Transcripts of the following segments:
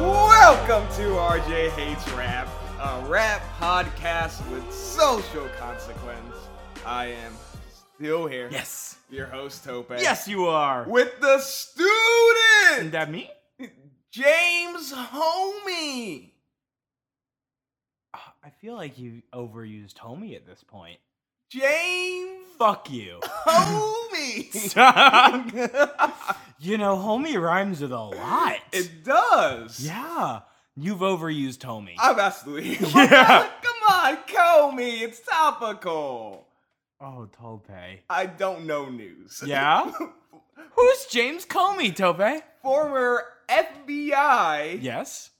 Welcome to RJ Hates Rap, a rap podcast with social consequence. I am still here. Yes. Your host, Tope. Yes, you are. With the Isn't student, that me? James Homie. Ah, I feel like you overused homie at this point. James Fuck you. Homie. Stop. you know, homie rhymes with a lot. it does. yeah. You've overused homie. I'm absolutely. Yeah. Come on, Comey. It's topical. oh, Tope. I don't know news. Yeah? Who's James Comey, Tope? Former FBI Yes.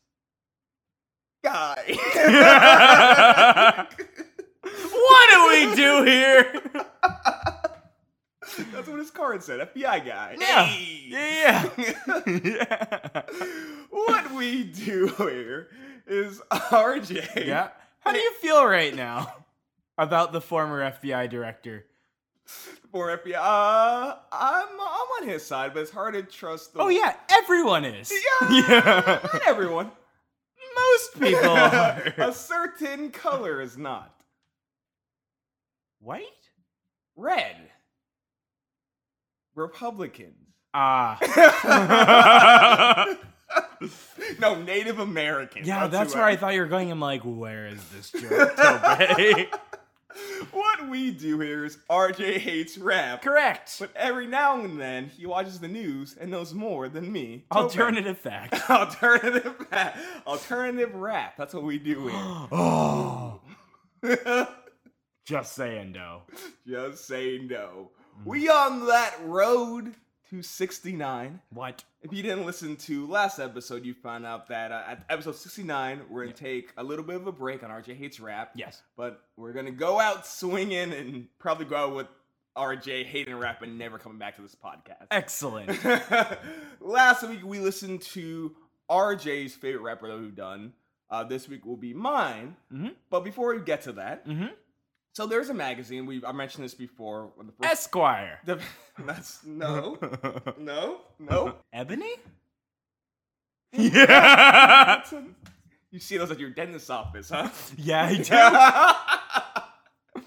guy. What do we do here? That's what his card said. FBI guy. Yeah. Hey. Yeah. yeah. what we do here is RJ. yeah. How do you feel right now about the former FBI director? For FBI. Uh, I'm I'm on his side, but it's hard to trust. The, Oh yeah, everyone is. Yeah. Not everyone. Most people A are. certain color is not White? red. Republicans. Ah. no, Native Americans. yeah, that's who where I thought you were going. I'm like, where is this joke? Tobe? What we do here is RJ hates rap. Correct. But every now and then, he watches the news and knows more than me. Alternative fact. Alternative rap. Alternative rap. That's what we do oh. here. Just saying, though. Just say no. We on that road to 69. What? If you didn't listen to last episode, you found out that uh, at episode 69, we're going to take a little bit of a break on RJ Hates Rap. Yes. But we're going to go out swinging and probably go out with RJ hating rap and never coming back to this podcast. Excellent. Last week we listened to RJ's favorite rapper that we've done. Uh, this week will be mine. Mhm. But before we get to that, Mm-hmm. so there's a magazine. We I mentioned this before. when the first- Esquire. the, that's no, no, no. Ebony? Yeah. That's a- you see those at your dentist's office, huh? yeah, I do.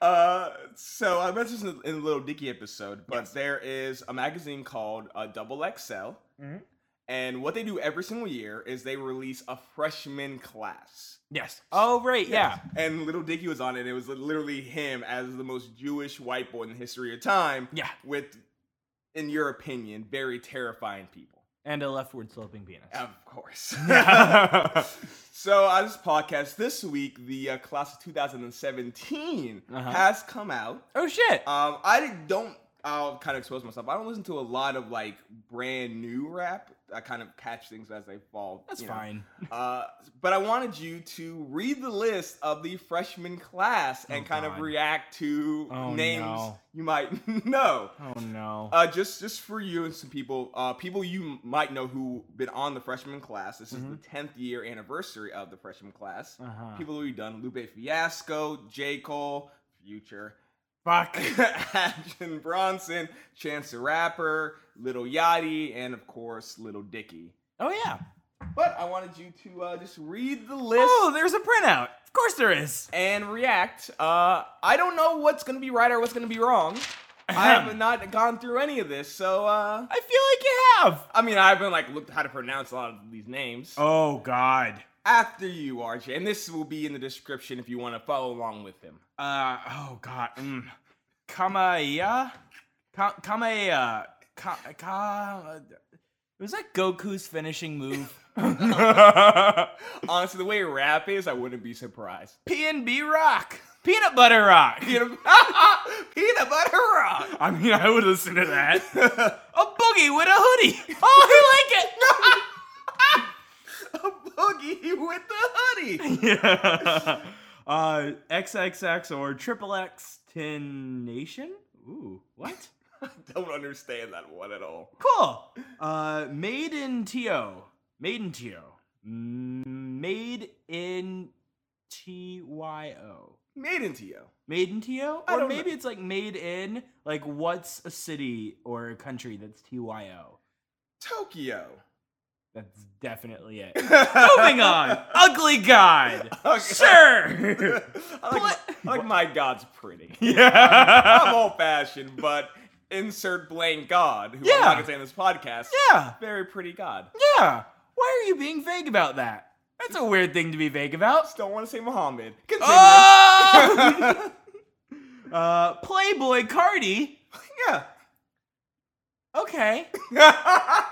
uh, so I mentioned this in the Little Dicky episode, but there is a magazine called uh, Double XL, Mhm. and what they do every single year is they release a freshman class. Yes. Oh, right. Yeah. And Little Dicky was on it. and It was literally him as the most Jewish white boy in the history of time, Yeah. with, in your opinion, very terrifying people. And a leftward sloping penis. Of course. uh-huh. So on this podcast this week, the uh, class of 2017 Uh-huh. has come out. Oh, shit. Um, I don't. I'll kind of expose myself. I don't listen to a lot of like brand new rap. I kind of catch things as they fall. That's you know. fine. Uh, but I wanted you to read the list of the freshman class and Oh, kind of God. react to Oh, names no. you might know. Oh, no. Uh, just just for you and some people, uh, people you might know who been on the freshman class. This is the tenth year anniversary of the freshman class. Mm-hmm. Uh-huh. People we've done: Lupe Fiasco, J. Cole, Future, Fuck. Action Bronson, Chance the Rapper, Little Yachty, and of course Little Dicky. Oh yeah. But I wanted you to uh, just read the list. Oh, there's a printout. Of course there is. and react. Uh, I don't know what's gonna be right or what's gonna be wrong. I have not gone through any of this, so uh, I feel like you have. I mean, I haven't like looked how to pronounce a lot of these names. Oh God. After you, RJ, and this will be in the description if you want to follow along with him. Uh oh God. Mm. Kamaya. Ka- Kamaya. Ka- ka- was that Goku's finishing move? P Honestly, the way rap is, I wouldn't be surprised. and B Rock. Peanut Butter Rock. Peanut, peanut butter rock. I mean, I would listen to that. a boogie with a hoodie. Oh, I A boogie with the hoodie. like it. yeah. Uh, XXX or Triple X Tin Nation? Ooh, what? Don't understand that one at all. Cool. Uh, made in TO. Made in TO. Mm, Made in TYO. Made into you. Made in TO? I Or don't maybe know. it's like made in, like what's a city or a country that's TYO? Tokyo. That's definitely it. Moving on. Ugly God. Okay. Sure. I like, I like my God's pretty. yeah. I'm old fashioned, but insert blame God, who I'm Yeah. not gonna say in this podcast. Yeah. Very pretty God. Yeah. Why are you being vague about that? That's a weird thing to be vague about. Just don't want to say Muhammad. Continue. Oh! uh, Playboy Cardi. yeah. Okay. yeah.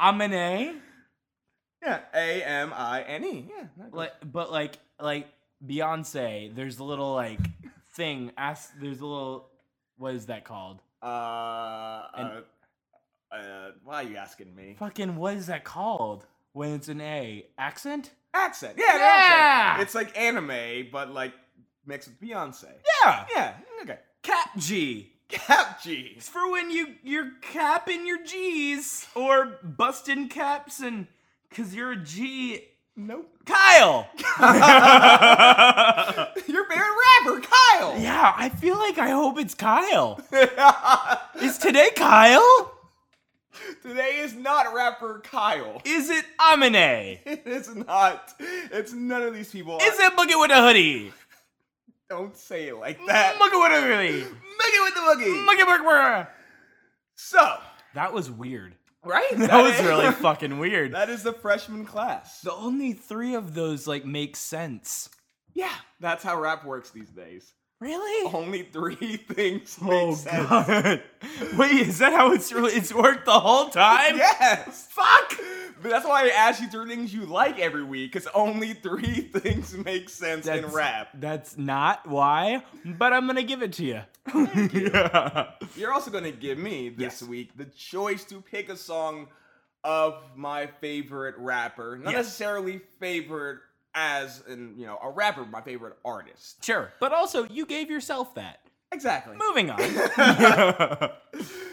I'm an A. A M I N E. Yeah. that goes. Like, but like, like Beyonce, there's a little like thing. Ask. There's a little. What is that called? Uh, uh, And- uh, why are you asking me? Fucking. What is that called? When it's an A accent? Accent. Yeah. an Yeah! Accent. It's like anime, but like mixed with Beyonce. Yeah. Yeah. Okay. Cap G. Cap G. It's for when you you're capping your G's or busting caps and cause you're a G. Nope. Kyle. Your favorite rapper, Kyle. yeah, I feel like I hope it's Kyle. Yeah. Is today Kyle? Today is not rapper Kyle. Is it Amine? It is not. It's none of these people. Is it Boogie with a hoodie? Don't say it like that. Boogie with a hoodie. Make it with the boogie. Boogie Boogie Boogie. so, That was weird. right? That, was is- really fucking weird. That is the freshman class. the only three of those like make sense. yeah, that's how rap works these days. Really? Only three things make Oh sense. god. Wait, is that how it's really it's worked the whole time? Yes. Fuck. But that's why I ask you three things you like every week, because only three things make sense in That's- rap. That's not why, but I'm gonna give it to you. You're also going to give me this Yes. week the choice to pick a song of my favorite rapper, not Yes. necessarily favorite as in you know a rapper, my favorite artist. Sure. But also you gave yourself that. Exactly. Moving on.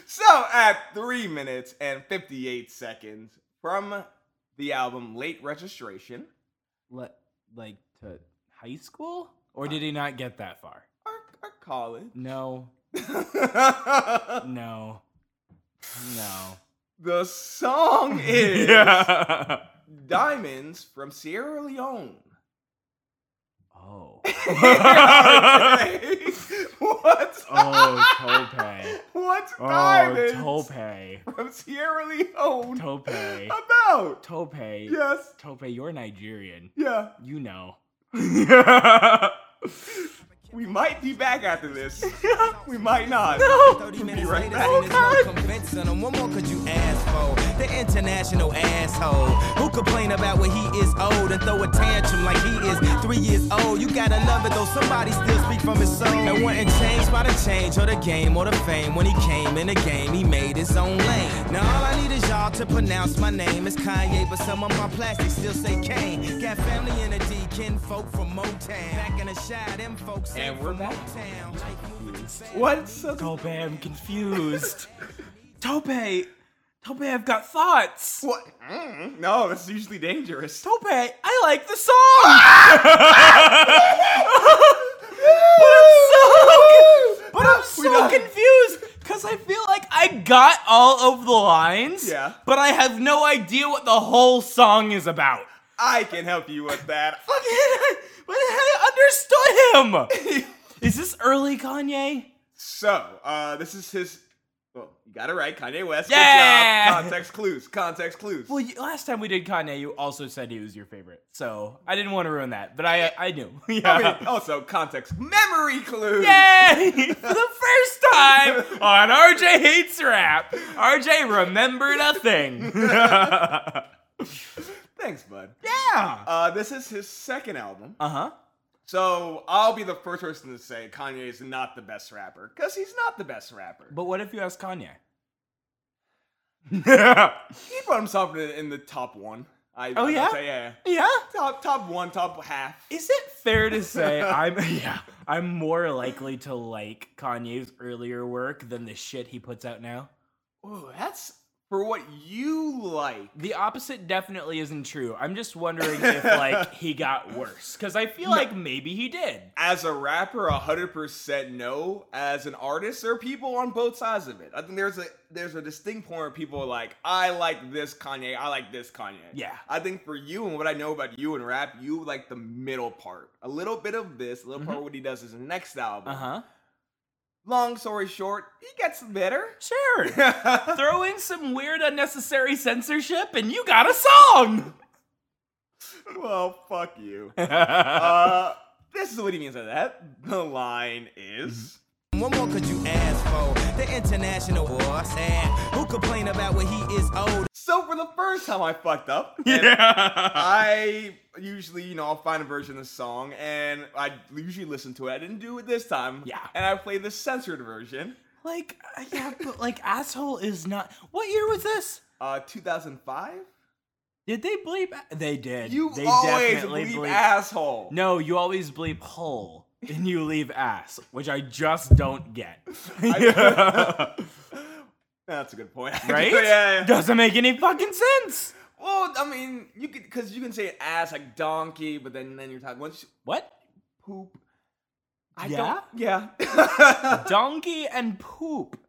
so at three minutes and fifty-eight seconds from the album Late Registration, Le- like to high school? Or did he not get that far? our, our college. No, no, no. the song is Yeah. Diamonds from Sierra Leone. Oh. what? Oh, Tope. What Oh, diamonds Tope. from Sierra Leone Tope. about? Tope. Yes. Tope, you're Nigerian. Yeah. You know. We might be back after this. we might not. 30 We'll be minutes right later, back. Oh, and it's Oh, no convincing them. What more could you ask for? The international asshole who complain about when he is old and throw a tantrum like he is three years old. You gotta love it though. Somebody still speak from his soul and wasn't changed by the change or the game or the fame. When he came in the game, he made his own lane. Now all I need is y'all to pronounce my name is Kanye, but some of my plastics still say Kane. Got family in the D, kin folk from Motown. Back in the shy, them folks say And we're from back. Motown. Life moving fast. What? So Tope, I'm confused. Tope, Tope, I've got thoughts. what? Mm, no, that's usually dangerous. Tope, I like the Ah! song. but I'm so, We but done. I'm so confused because I feel like I got all of the lines, Yeah. but I have no idea what the whole song is about. I can help you with that. Fucking, but I understood him. Is this early Kanye? So, uh, this is his. Well, you got it right, Kanye West. Good Yeah! job. Context clues. Context clues. Well, you, last time we did Kanye, you also said he was your favorite, so I didn't want to ruin that, but I I knew. I mean, also context memory clues. Yay! For the first time on RJ Hates Rap, RJ remembered a thing. Thanks, bud. yeah. Uh, this is his second album. Uh huh. So I'll be the first person to say Kanye is not the best rapper because he's not the best rapper. But what if you ask Kanye? he put himself in, in the top one. I, Oh, I'd yeah? say, yeah, yeah. yeah. top top one, top half. Is it fair to say I'm yeah, I'm more likely to like Kanye's earlier work than the shit he puts out now? Ooh, that's for what you like. The opposite definitely isn't true. I'm just wondering if like he got worse cuz I feel like maybe he did. As a rapper, hundred percent no. As an artist, there are people on both sides of it. I think there's a there's a distinct point where people are like, I like this Kanye, I like this Kanye. Yeah. I think for you and what I know about you and rap, you like the middle part. A little bit of this, a little part of what he does is next album. Mm-hmm. Uh-huh. Long story short, he gets better. Sure. Throw in some weird unnecessary censorship and you got a song. well, fuck you. uh, this is what he means by that. The line is. Mm-hmm. What more could you ask for? The international war sad. Who complain about what he is owed? So for the first time, I fucked up. and yeah. I usually, you know, I'll find a version of the song and I usually listen to it. I didn't do it this time. Yeah. And I played the censored version. Like uh, yeah, but like asshole is not What year was this? Uh, 2005. Did they bleep? They did. You they always leave asshole. No, you always bleep hole and you leave ass, which I just don't get. I- That's a good point. actually. right? yeah, yeah. Doesn't make any fucking sense. Well, I mean, you could because you can say ass like donkey, but then then you're talking once you What? poop. I Yeah? Don't, yeah. Donkey and poop.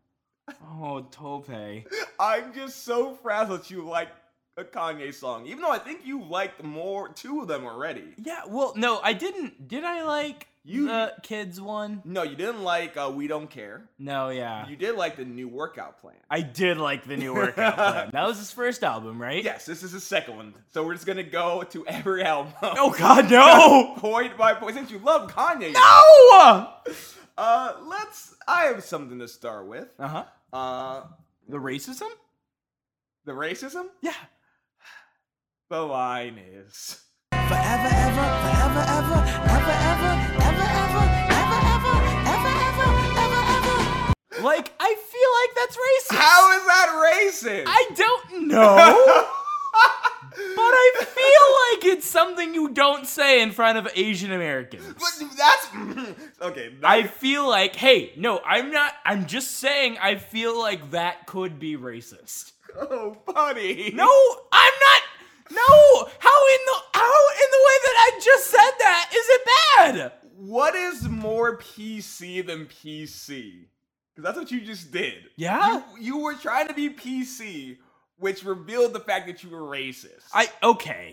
Oh, Tope. I'm just so frazzled that you like a Kanye song, even though I think you liked more two of them already. Yeah, well, no, I didn't. Did I like You- the kids one? No, you didn't like uh, "We Don't Care." No, yeah. You did like the new workout plan. I did like the new workout plan. That was his first album, right? Yes, this is the second one, so we're just gonna go to every album. Oh, God, no! point by point, since you love Kanye. no! Uh, let's. I have something to start with. Uh huh. Uh, The racism? the racism. Yeah. The line is. Forever, ever, forever, ever, ever, ever, ever, ever, ever, ever, ever, ever, ever, ever. Like, I feel like that's racist. How is that racist? I don't know, but I feel like it's something you don't say in front of Asian Americans. But that's okay. that- I feel like, hey, no, I'm not. I'm just saying, I feel like that could be racist. oh, buddy. No, I'm not. No, how in the how in the way that I just said that is it bad? What is more PC than PC? Because that's what you just did. Yeah? You, you were trying to be PC, which revealed the fact that you were racist. I okay.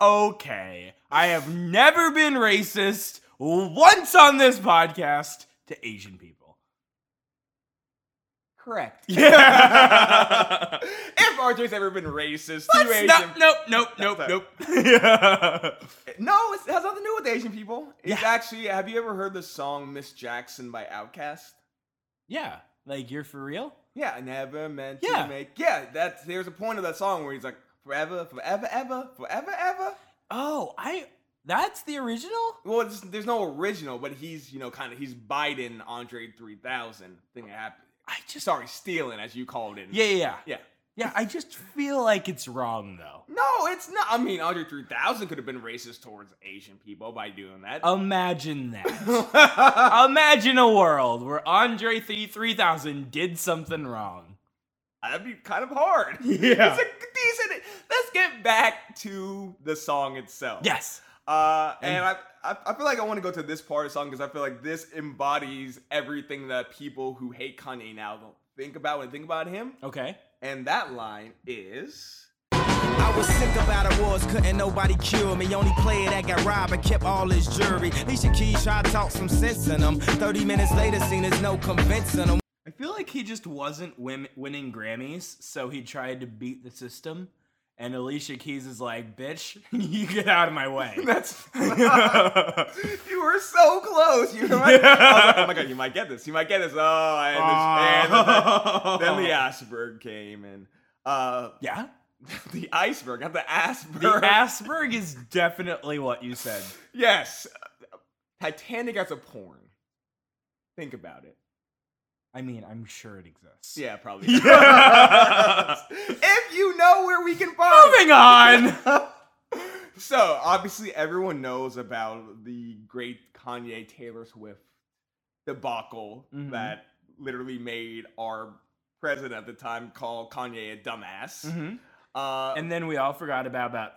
okay. I have never been racist once on this podcast to Asian people. correct. Yeah. if RJ's ever been racist, to Let's Asian, not, nope, nope, nope, sorry. nope. yeah. no, it's, it has nothing to do with Asian people. It's Yeah. actually. Have you ever heard the song "Miss Jackson" by Outkast? Yeah. Like you're for real? Yeah, I never meant Yeah. to make. Yeah, that's there's a point of that song where he's like, "Forever, forever, ever, forever, ever." Oh, I that's the original? Well, it's, there's no original, but he's you know kind of he's Biden Andre 3000 thing that happened. I just Sorry, stealing as you called it. Yeah, yeah, yeah. Mm-hmm. yeah. Yeah, I just feel like it's wrong though. No, it's not. I mean, Andre 3000 could have been racist towards Asian people by doing that. Imagine that. Oh. Imagine a world where Andre 3000 did something wrong. That'd be kind of hard. Yeah. it's a decent. Let's get back to the song itself. Yes. Uh, and, And- I, I, I feel like I want to go to this part of the song because I feel like this embodies everything that people who hate Kanye now don't think about when they think about him. Okay. And that line is. I was sick about it wars, couldn't nobody cure me. Only player that got robbed and kept all his jury. Nisha Key tried to talk some sense in him. 30 minutes later, seen there's no convincing him. I feel like he just wasn't win- winning Grammys, so he tried to beat the system. And Alicia Keys is like, "Bitch, you get out of my way." That's you were so close. You were like, I was like, oh my god, you might get this. You might get this. Oh, I understand. then the Ashberg came and uh, Oh. yeah. the iceberg, not the Asperg. The Asperg is definitely what you said. yes. Titanic as a porn. Think about it. I mean, I'm sure it exists. Yeah, probably. if you know where we can find it. Moving on. so obviously everyone knows about the great Kanye Taylor Swift debacle Mhm. that literally made our president at the time call Kanye a dumbass. Mhm. Uh, and And then we all forgot about about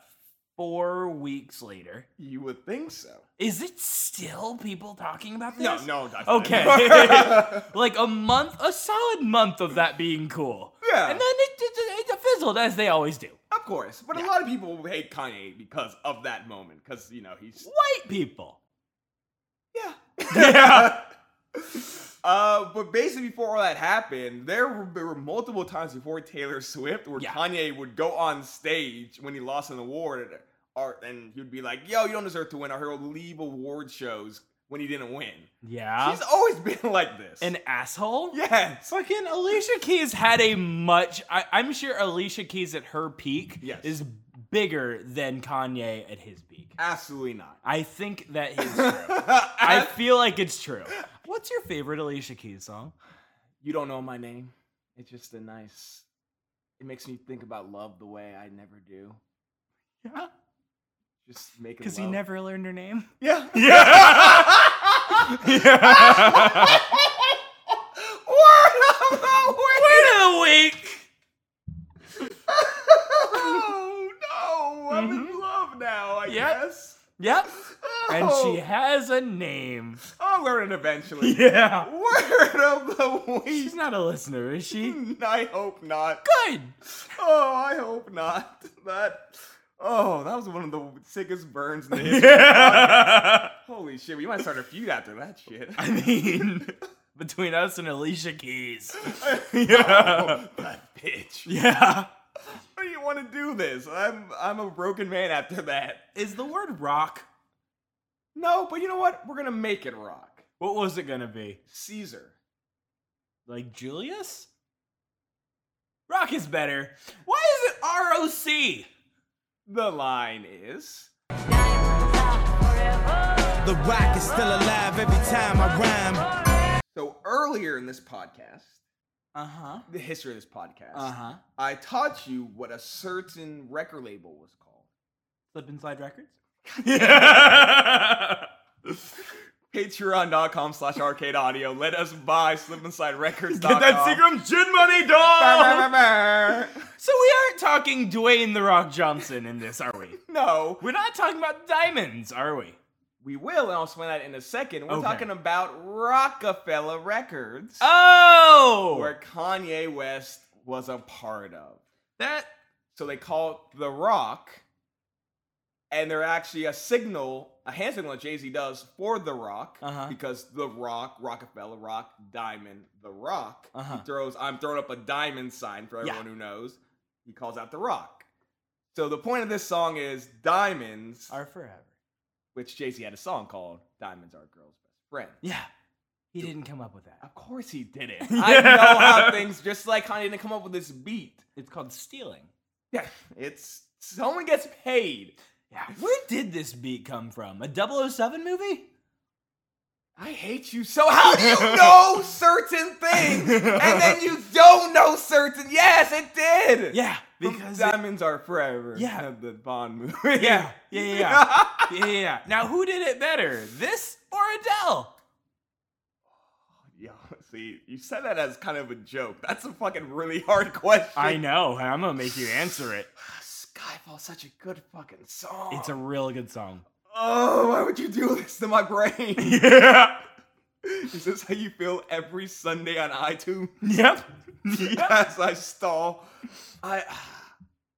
four weeks later. you would think so. Is it still people talking about this? No, no, that's Okay. yeah, Like a month, a solid month of that being cool. And then it, it, it fizzled as they always do. of course. But a lot of people hate Kanye because of that moment, because you know he's White people. Yeah. yeah. Uh, but basically, before all that happened, there were, there were multiple times before Taylor Swift where Yeah. Kanye would go on stage when he lost an award, or, and he would be like, "Yo, you don't deserve to win," or he'll leave award shows when he didn't win. Yeah. She's always been like this. An asshole? yes, Fucking Alicia Keys had a much. I, I'm sure Alicia Keys at her peak Yes. is bigger than Kanye at his peak. absolutely not. I think that is true. I feel like it's true. What's your favorite Alicia Keys song? you don't know my name. It's just a nice. It makes me think about love the way I never do. Yeah. Just making Because you love. never learned her name. Yeah. Yeah. Word of the week. Wait a week. Oh no, I'm in Mhm. love now. I Yep. guess. Yep. And Oh, she has a name. I'll learn it eventually. Yeah. Word of the week. She's not a listener, is she? I hope not. Good. Oh, I hope not. That. Oh, that was one of the sickest burns in the history. of podcasts. Yeah. Holy shit, we might start a feud after that shit. I mean, between us and Alicia Keys. Oh, that bitch. Yeah. Why do you want to do this? I'm I'm a broken man after that. Is the word rock? No, but you know what? We're gonna make it rock. What was it gonna be? Caesar. Like Julius? Rock is better. Why is it ROC? The line is. The rock is still alive every time I rhyme. So earlier in this podcast, Uh huh. the history of this podcast, Uh huh. I taught you what a certain record label was called. Slip and Slide Records? Patreon.com slash arcade audio. Let us buy slipinsiderecords.com. gin money, dog! secret. so we aren't talking Dwayne The Rock Johnson in this, are we? no. We're not talking about diamonds, are we? We will, and I'll explain that in a second. We're Okay. talking about Rockefeller Records, Oh! where Kanye West was a part of. That So they call it The Rock, and they're actually a signal, a hand signal that Jay Z does for The Rock, Uh-huh. because The Rock, Rockefeller, Rock, Diamond, The Rock. Uh-huh. He throws, I'm throwing up a diamond sign for Yeah. everyone who knows. He calls out The Rock. So the point of this song is diamonds, are forever. which Jay Z had a song called Diamonds Are a Girl's Best Friend. Yeah. He didn't come up with that. Of course he did it. I know how things, just like Kanye didn't come up with this beat. It's called stealing. Yeah, it's someone gets paid. Yeah. Where did this beat come from? A 007 movie? I hate you so. How do you know certain things and then you don't know certain? Yes, it did. Yeah. From Because it- diamonds are forever. Yeah. the Bond movie. Yeah, yeah, yeah, yeah. yeah, yeah, yeah. Now who did it better? This or Adele? Yeah, See, you said that as kind of a joke. That's a fucking really hard question. know, and I'm gonna make you answer it. Skyfall's such a good fucking song. It's a real good song. Oh, why would you do this to my brain? Yeah. Is this how you feel every Sunday on iTunes? Yep. As I stall, I.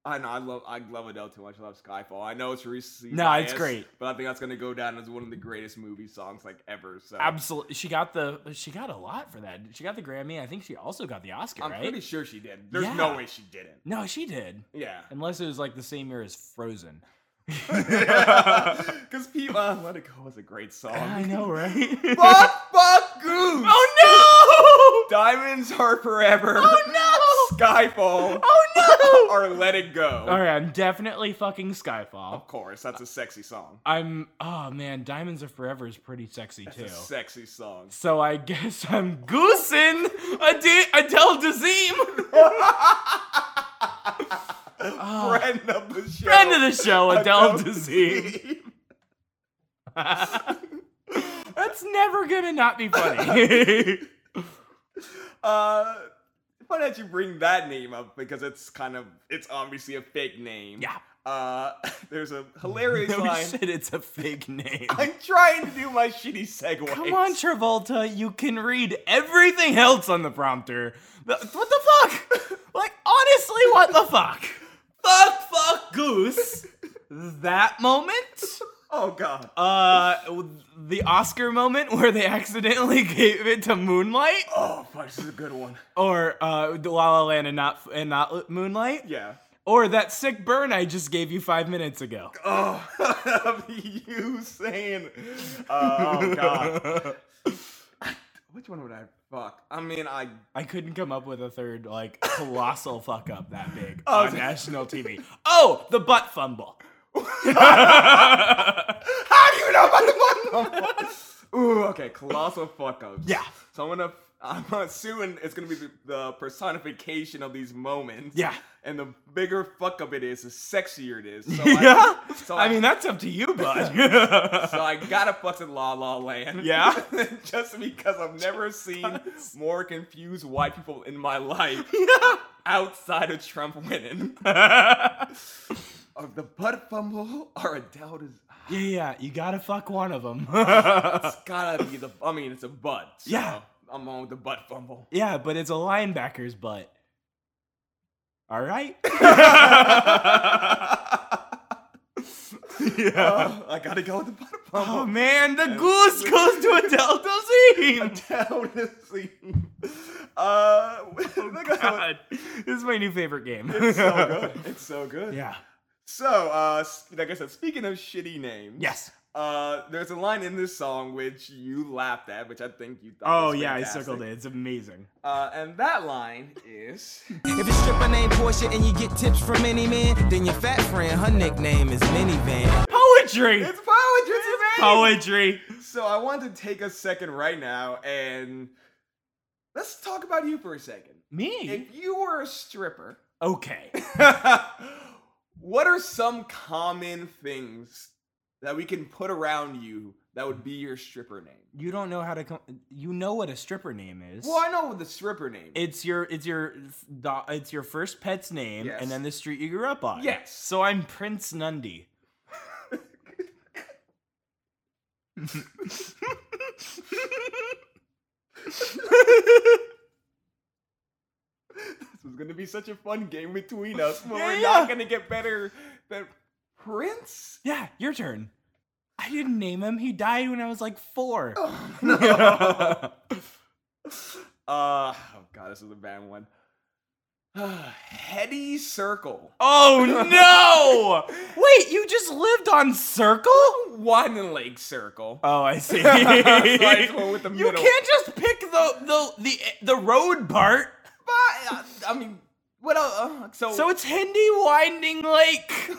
I know I love I love Adele too much. I love Skyfall. I know it's recently No, it's great. but I think that's gonna go down as one of the greatest movie songs like ever. So Absolutely. She got the. She got a lot for that. She got the Grammy. I think she also got the Oscar, I'm right? pretty sure she did. There's no Yeah. way she didn't. no, she did. Yeah, Unless it was like the same year as Frozen. because people uh, "Let It Go" was a great song. I know, right? Fuck, fuck, goose. oh Diamonds are forever. no! Skyfall. Oh no! Or Let It Go. All right, I'm definitely fucking Skyfall. Of course, that's a sexy song. I'm. Oh man, Diamonds Are Forever is pretty sexy too. It's a sexy song. So I guess I'm goosing Ade- Adele Dazeem. Friend of the show. Oh, Friend of the show, Adele Adele Dazeem. That's never gonna not be funny. Uh, why don't you bring that name up because it's kind of it's obviously a fake name. Yeah. Uh, there's a hilarious no line. shit, it's a fake name. I'm trying to do my shitty segue. Come on, Travolta, you can read everything else on the prompter. Th- What the fuck? Like, honestly, what the fuck? Fuck, fuck, goose. That moment? Oh god. Uh, the Oscar moment where they accidentally gave it to Moonlight? Oh fuck, this is a good one. Or, uh, La La Land and not, and not Moonlight? Yeah. Or that sick burn I just gave you five minutes ago. Oh, you saying? Uh, oh god. Which one would I fuck? I mean, I I couldn't come up with a third like colossal fuck up that big Oh, on national TV. Oh, the butt fumble. How do you know about the one? Ooh, okay, colossal fuck ups. Yeah. So I'm gonna, I'm assuming it's gonna be the, the personification of these moments. Yeah. And the bigger fuck up it is, the sexier it is. So yeah. I, so I, mean, that's up to you, bud. so I gotta fuck in La La Land. Yeah? Just because I've never seen more confused white people in my life outside of Trump winning. Of the butt fumble or Adele is yeah, yeah. You gotta fuck one of them. it's gotta be the I mean it's a butt. so Yeah. I'm on with the butt fumble. yeah, but it's a linebacker's butt. All right. Oh, I gotta go with the butt Oh fumble. man, Oh, the goose goes to Adele Down Dazeem. the scene. Uh, God, this is my new favorite game. it's so good. It's so good. yeah. So, uh, s- like I said, speaking of shitty names, Yes. uh, there's a line in this song which you laughed at, which I think you thought. Oh was yeah, I fantastic. circled it. It's amazing. Uh, and that line is If you strip her name Portia and you get tips from any man, then your fat friend, her nickname is Minivan. Poetry. it's poetry. It's amazing. poetry. So I want to take a second right now and let's talk about you for a second. Me? If you were a stripper, Okay. what are some common things that we can put around you that would be your stripper name? You don't know how to come. You know what a stripper name is. Well, I know the stripper name. It's your it's your f- do- it's your first pet's name Yes. and then the street you grew up on. Yes. So I'm Prince Nundy. this was gonna be such a fun game between us, but Yeah, we're yeah. not gonna get better than Prince. Yeah, your turn. I didn't name him. He died when I was like four. uh, oh god, this is a bad one. Hetty Circle. Oh no! Wait, you just lived on Circle? One Lake Circle. Oh, I see. I just went with the you middle. can't just pick the the the the road part. But, uh, I mean, what else? Uh, so, So it's Hindi Winding Lake.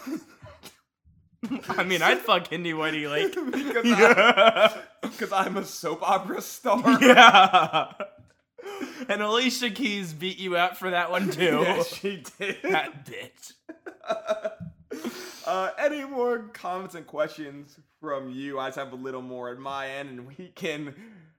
I mean, I'd fuck Hindi Winding Lake. because, I, because I'm a soap opera star. yeah. And Alicia Keys beat you out for that one too. Yeah, she did. that bitch. Uh, any more comments and questions from you? I just have a little more at my end, and we can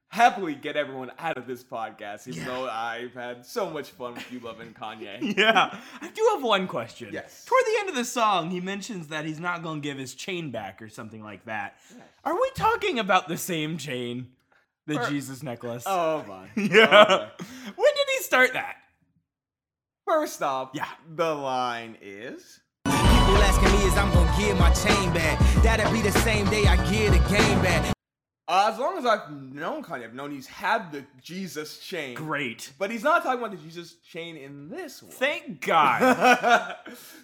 happily get everyone out of this podcast, even though I've had so much fun with you loving Kanye. Yeah. I do have one question. Yes. Toward the end of the song, he mentions that he's not going to give his chain back or something like that. Are we talking about the same chain? The Or- Jesus necklace. oh my. yeah. Okay. When did he start that? First off, Yeah. the line is. People asking me is I'm gonna give my chain back. That'll be the same day I give the game back. Uh, as long as I've known Kanye, I've known he's had the Jesus chain. Great. But he's not talking about the Jesus chain in this one. Thank God.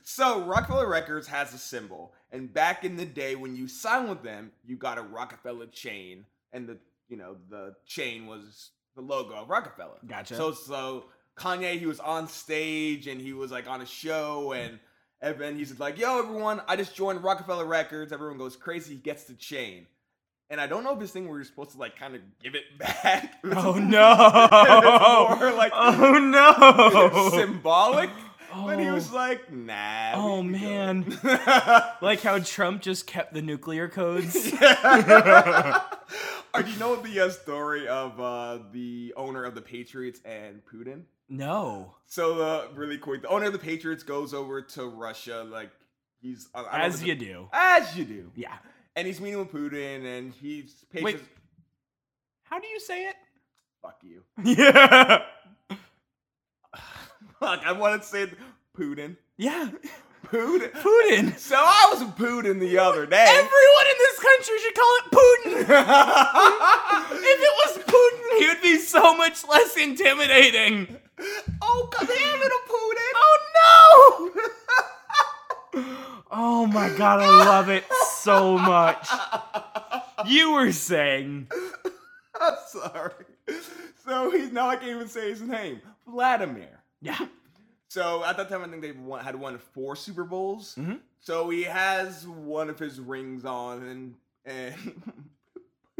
so Rockefeller Records has a symbol, and back in the day when you signed with them, you got a Rockefeller chain, and the you know the chain was the logo of Rockefeller. Gotcha. So so Kanye, he was on stage and he was like on a show and and then he's like, "Yo, everyone, I just joined Rockefeller Records." Everyone goes crazy. He gets the chain, and I don't know if this thing where you're supposed to like kind of give it back. Oh no! It's more like- oh no! symbolic. But he Oh. was like, "Nah." we- Oh we good." man! Like how Trump just kept the nuclear codes. Oh, do you know the uh, story of uh, the owner of the Patriots and Putin? No, So uh, really quick, the owner of the Patriots goes over to Russia, like he's I- I don't as know- you do. as you do, Yeah. and he's meeting with Putin, and he's Wait. Patriots. How do you say it? Fuck you. Yeah. Fuck, I wanted to say Putin. Yeah. Putin. Putin. So I was a Putin the other day. Everyone in this country should call it Putin. if it was Putin, he would be so much less intimidating. oh, come here, little Putin. Oh no! oh my god, I love it so much. You were saying Oh, I'm sorry. So he's now I can't even say his name. Vladimir. Yeah. So at that time, I think they won, had won four Super Bowls. Mm-hmm. So he has one of his rings on, and and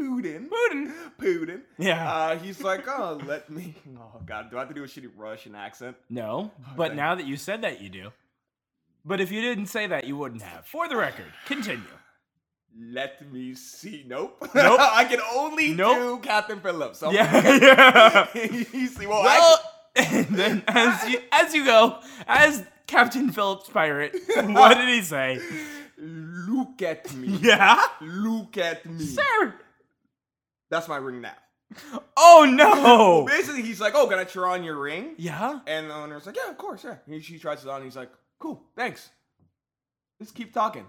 Putin, Putin. Putin. Yeah. Uh, he's like, oh, let me. Oh God, do I have to do a shitty Russian accent? no, but now that Oh, you said that you do. But if you didn't say that you wouldn't have. For the record, continue. Let me see. Nope. Nope. I can only Nope. do Captain Phillips. So Yeah. yeah. he's, well, Oh, Well, and then as you as you go, as Captain Phillips pirate, what did he say? actually, look at me. Yeah, Look at me. sir. That's my ring now. Oh no. Basically, he's like, oh, can I try on your ring? Yeah. And the owner's like, yeah, of course, yeah. And she tries it on. And he's like, cool, thanks. Let's keep talking.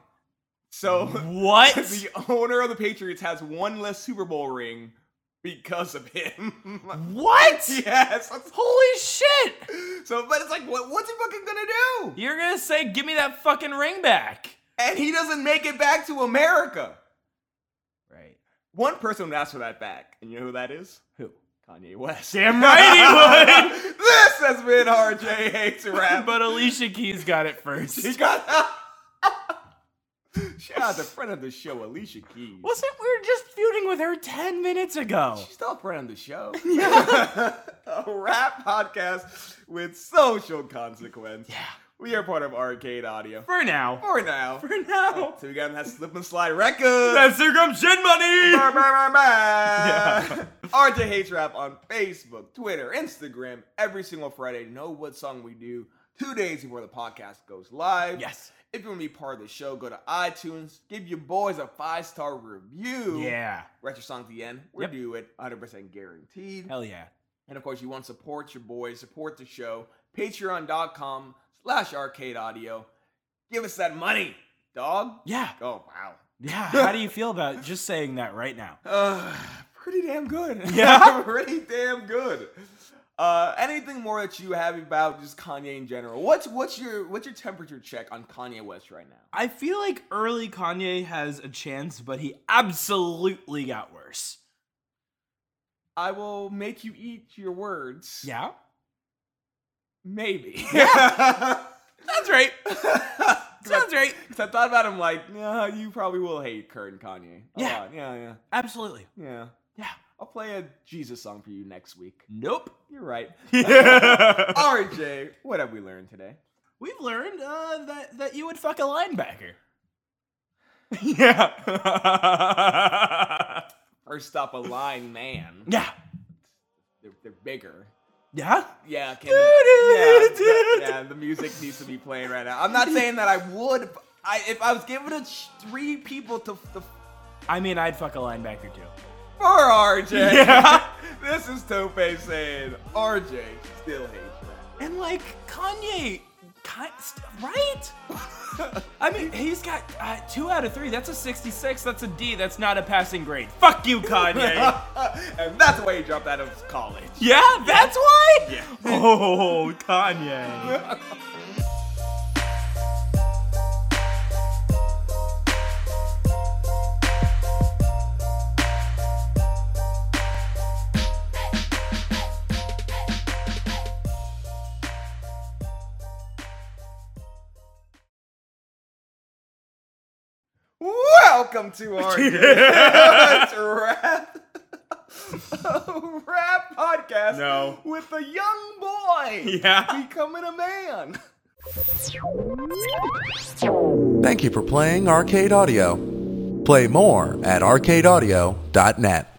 So What? the owner of the Patriots has one less Super Bowl ring because of him. What? yes. that's- Holy shit! So, but it's like, what, what's he fucking gonna do? You're gonna say, "Give me that fucking ring back." And he doesn't make it back to America. Right. One person would ask for that back, and you know who that is? Who? Kanye West. Damn right he would. this has been RJ hates rap. but Alicia Keys got it first. She got Shout out to friend of the show, Alicia Keys. Wasn't we were just feuding with her ten minutes ago? She's still a friend of the show. a rap podcast with social consequence. Yeah. We are part of Arcade Audio. For now. For now. Oh, For now. so we got that Slip and Slide Records. That's circumcision Bah, money. bah, bah, bah. Yeah. RJ Hates Rap on Facebook, Twitter, Instagram, every single Friday. Know what song we do two days before the podcast goes live. Yes. If you want to be part of the show, go to iTunes, give your boys a five star review. Yeah. Write your song at the end. We Yep. do it 100% guaranteed. Hell yeah. And of course, you want to support your boys, support the show. Patreon.com slash arcade audio. Give us that money, dog. Yeah. Oh, wow. Yeah. How do you feel about just saying that right now? Uh, pretty damn good. Yeah? pretty damn good. Uh, anything more that you have about just Kanye in general? What's what's your what's your temperature check on Kanye West right now? I feel like early Kanye has a chance, but he absolutely got worse. I will make you eat your words. Yeah. Maybe. That's right. Sounds Sounds right. Cause I thought about him like, yeah, you probably will hate current Kanye. a Yeah. lot. yeah, yeah, Absolutely. yeah. Yeah. I'll play a Jesus song for you next week. Nope. You're right. We've RJ, what have we learned today? learned uh, that that you would fuck a linebacker. Yeah. First up, a line man. yeah. They're, they're bigger. Yeah. Yeah, can the, yeah, yeah, yeah, the music needs to be playing right now. I'm not saying that I would. but I if I was given a ch- three people to the I mean, I'd fuck a linebacker too. for RJ. Yeah. this is Tope saying RJ still hates rap. And like Kanye, ki- st- right? I mean, he's got uh, two out of three. That's a 66. That's a D. That's not a passing grade. Fuck you, Kanye. and that's why he dropped out of college. yeah, that's why. Yeah. Oh, Kanye. Welcome to our It's rap rap podcast. No. with a young boy. Yeah. becoming a man. Thank you for playing Arcade Audio. Play more at arcadeaudio.net.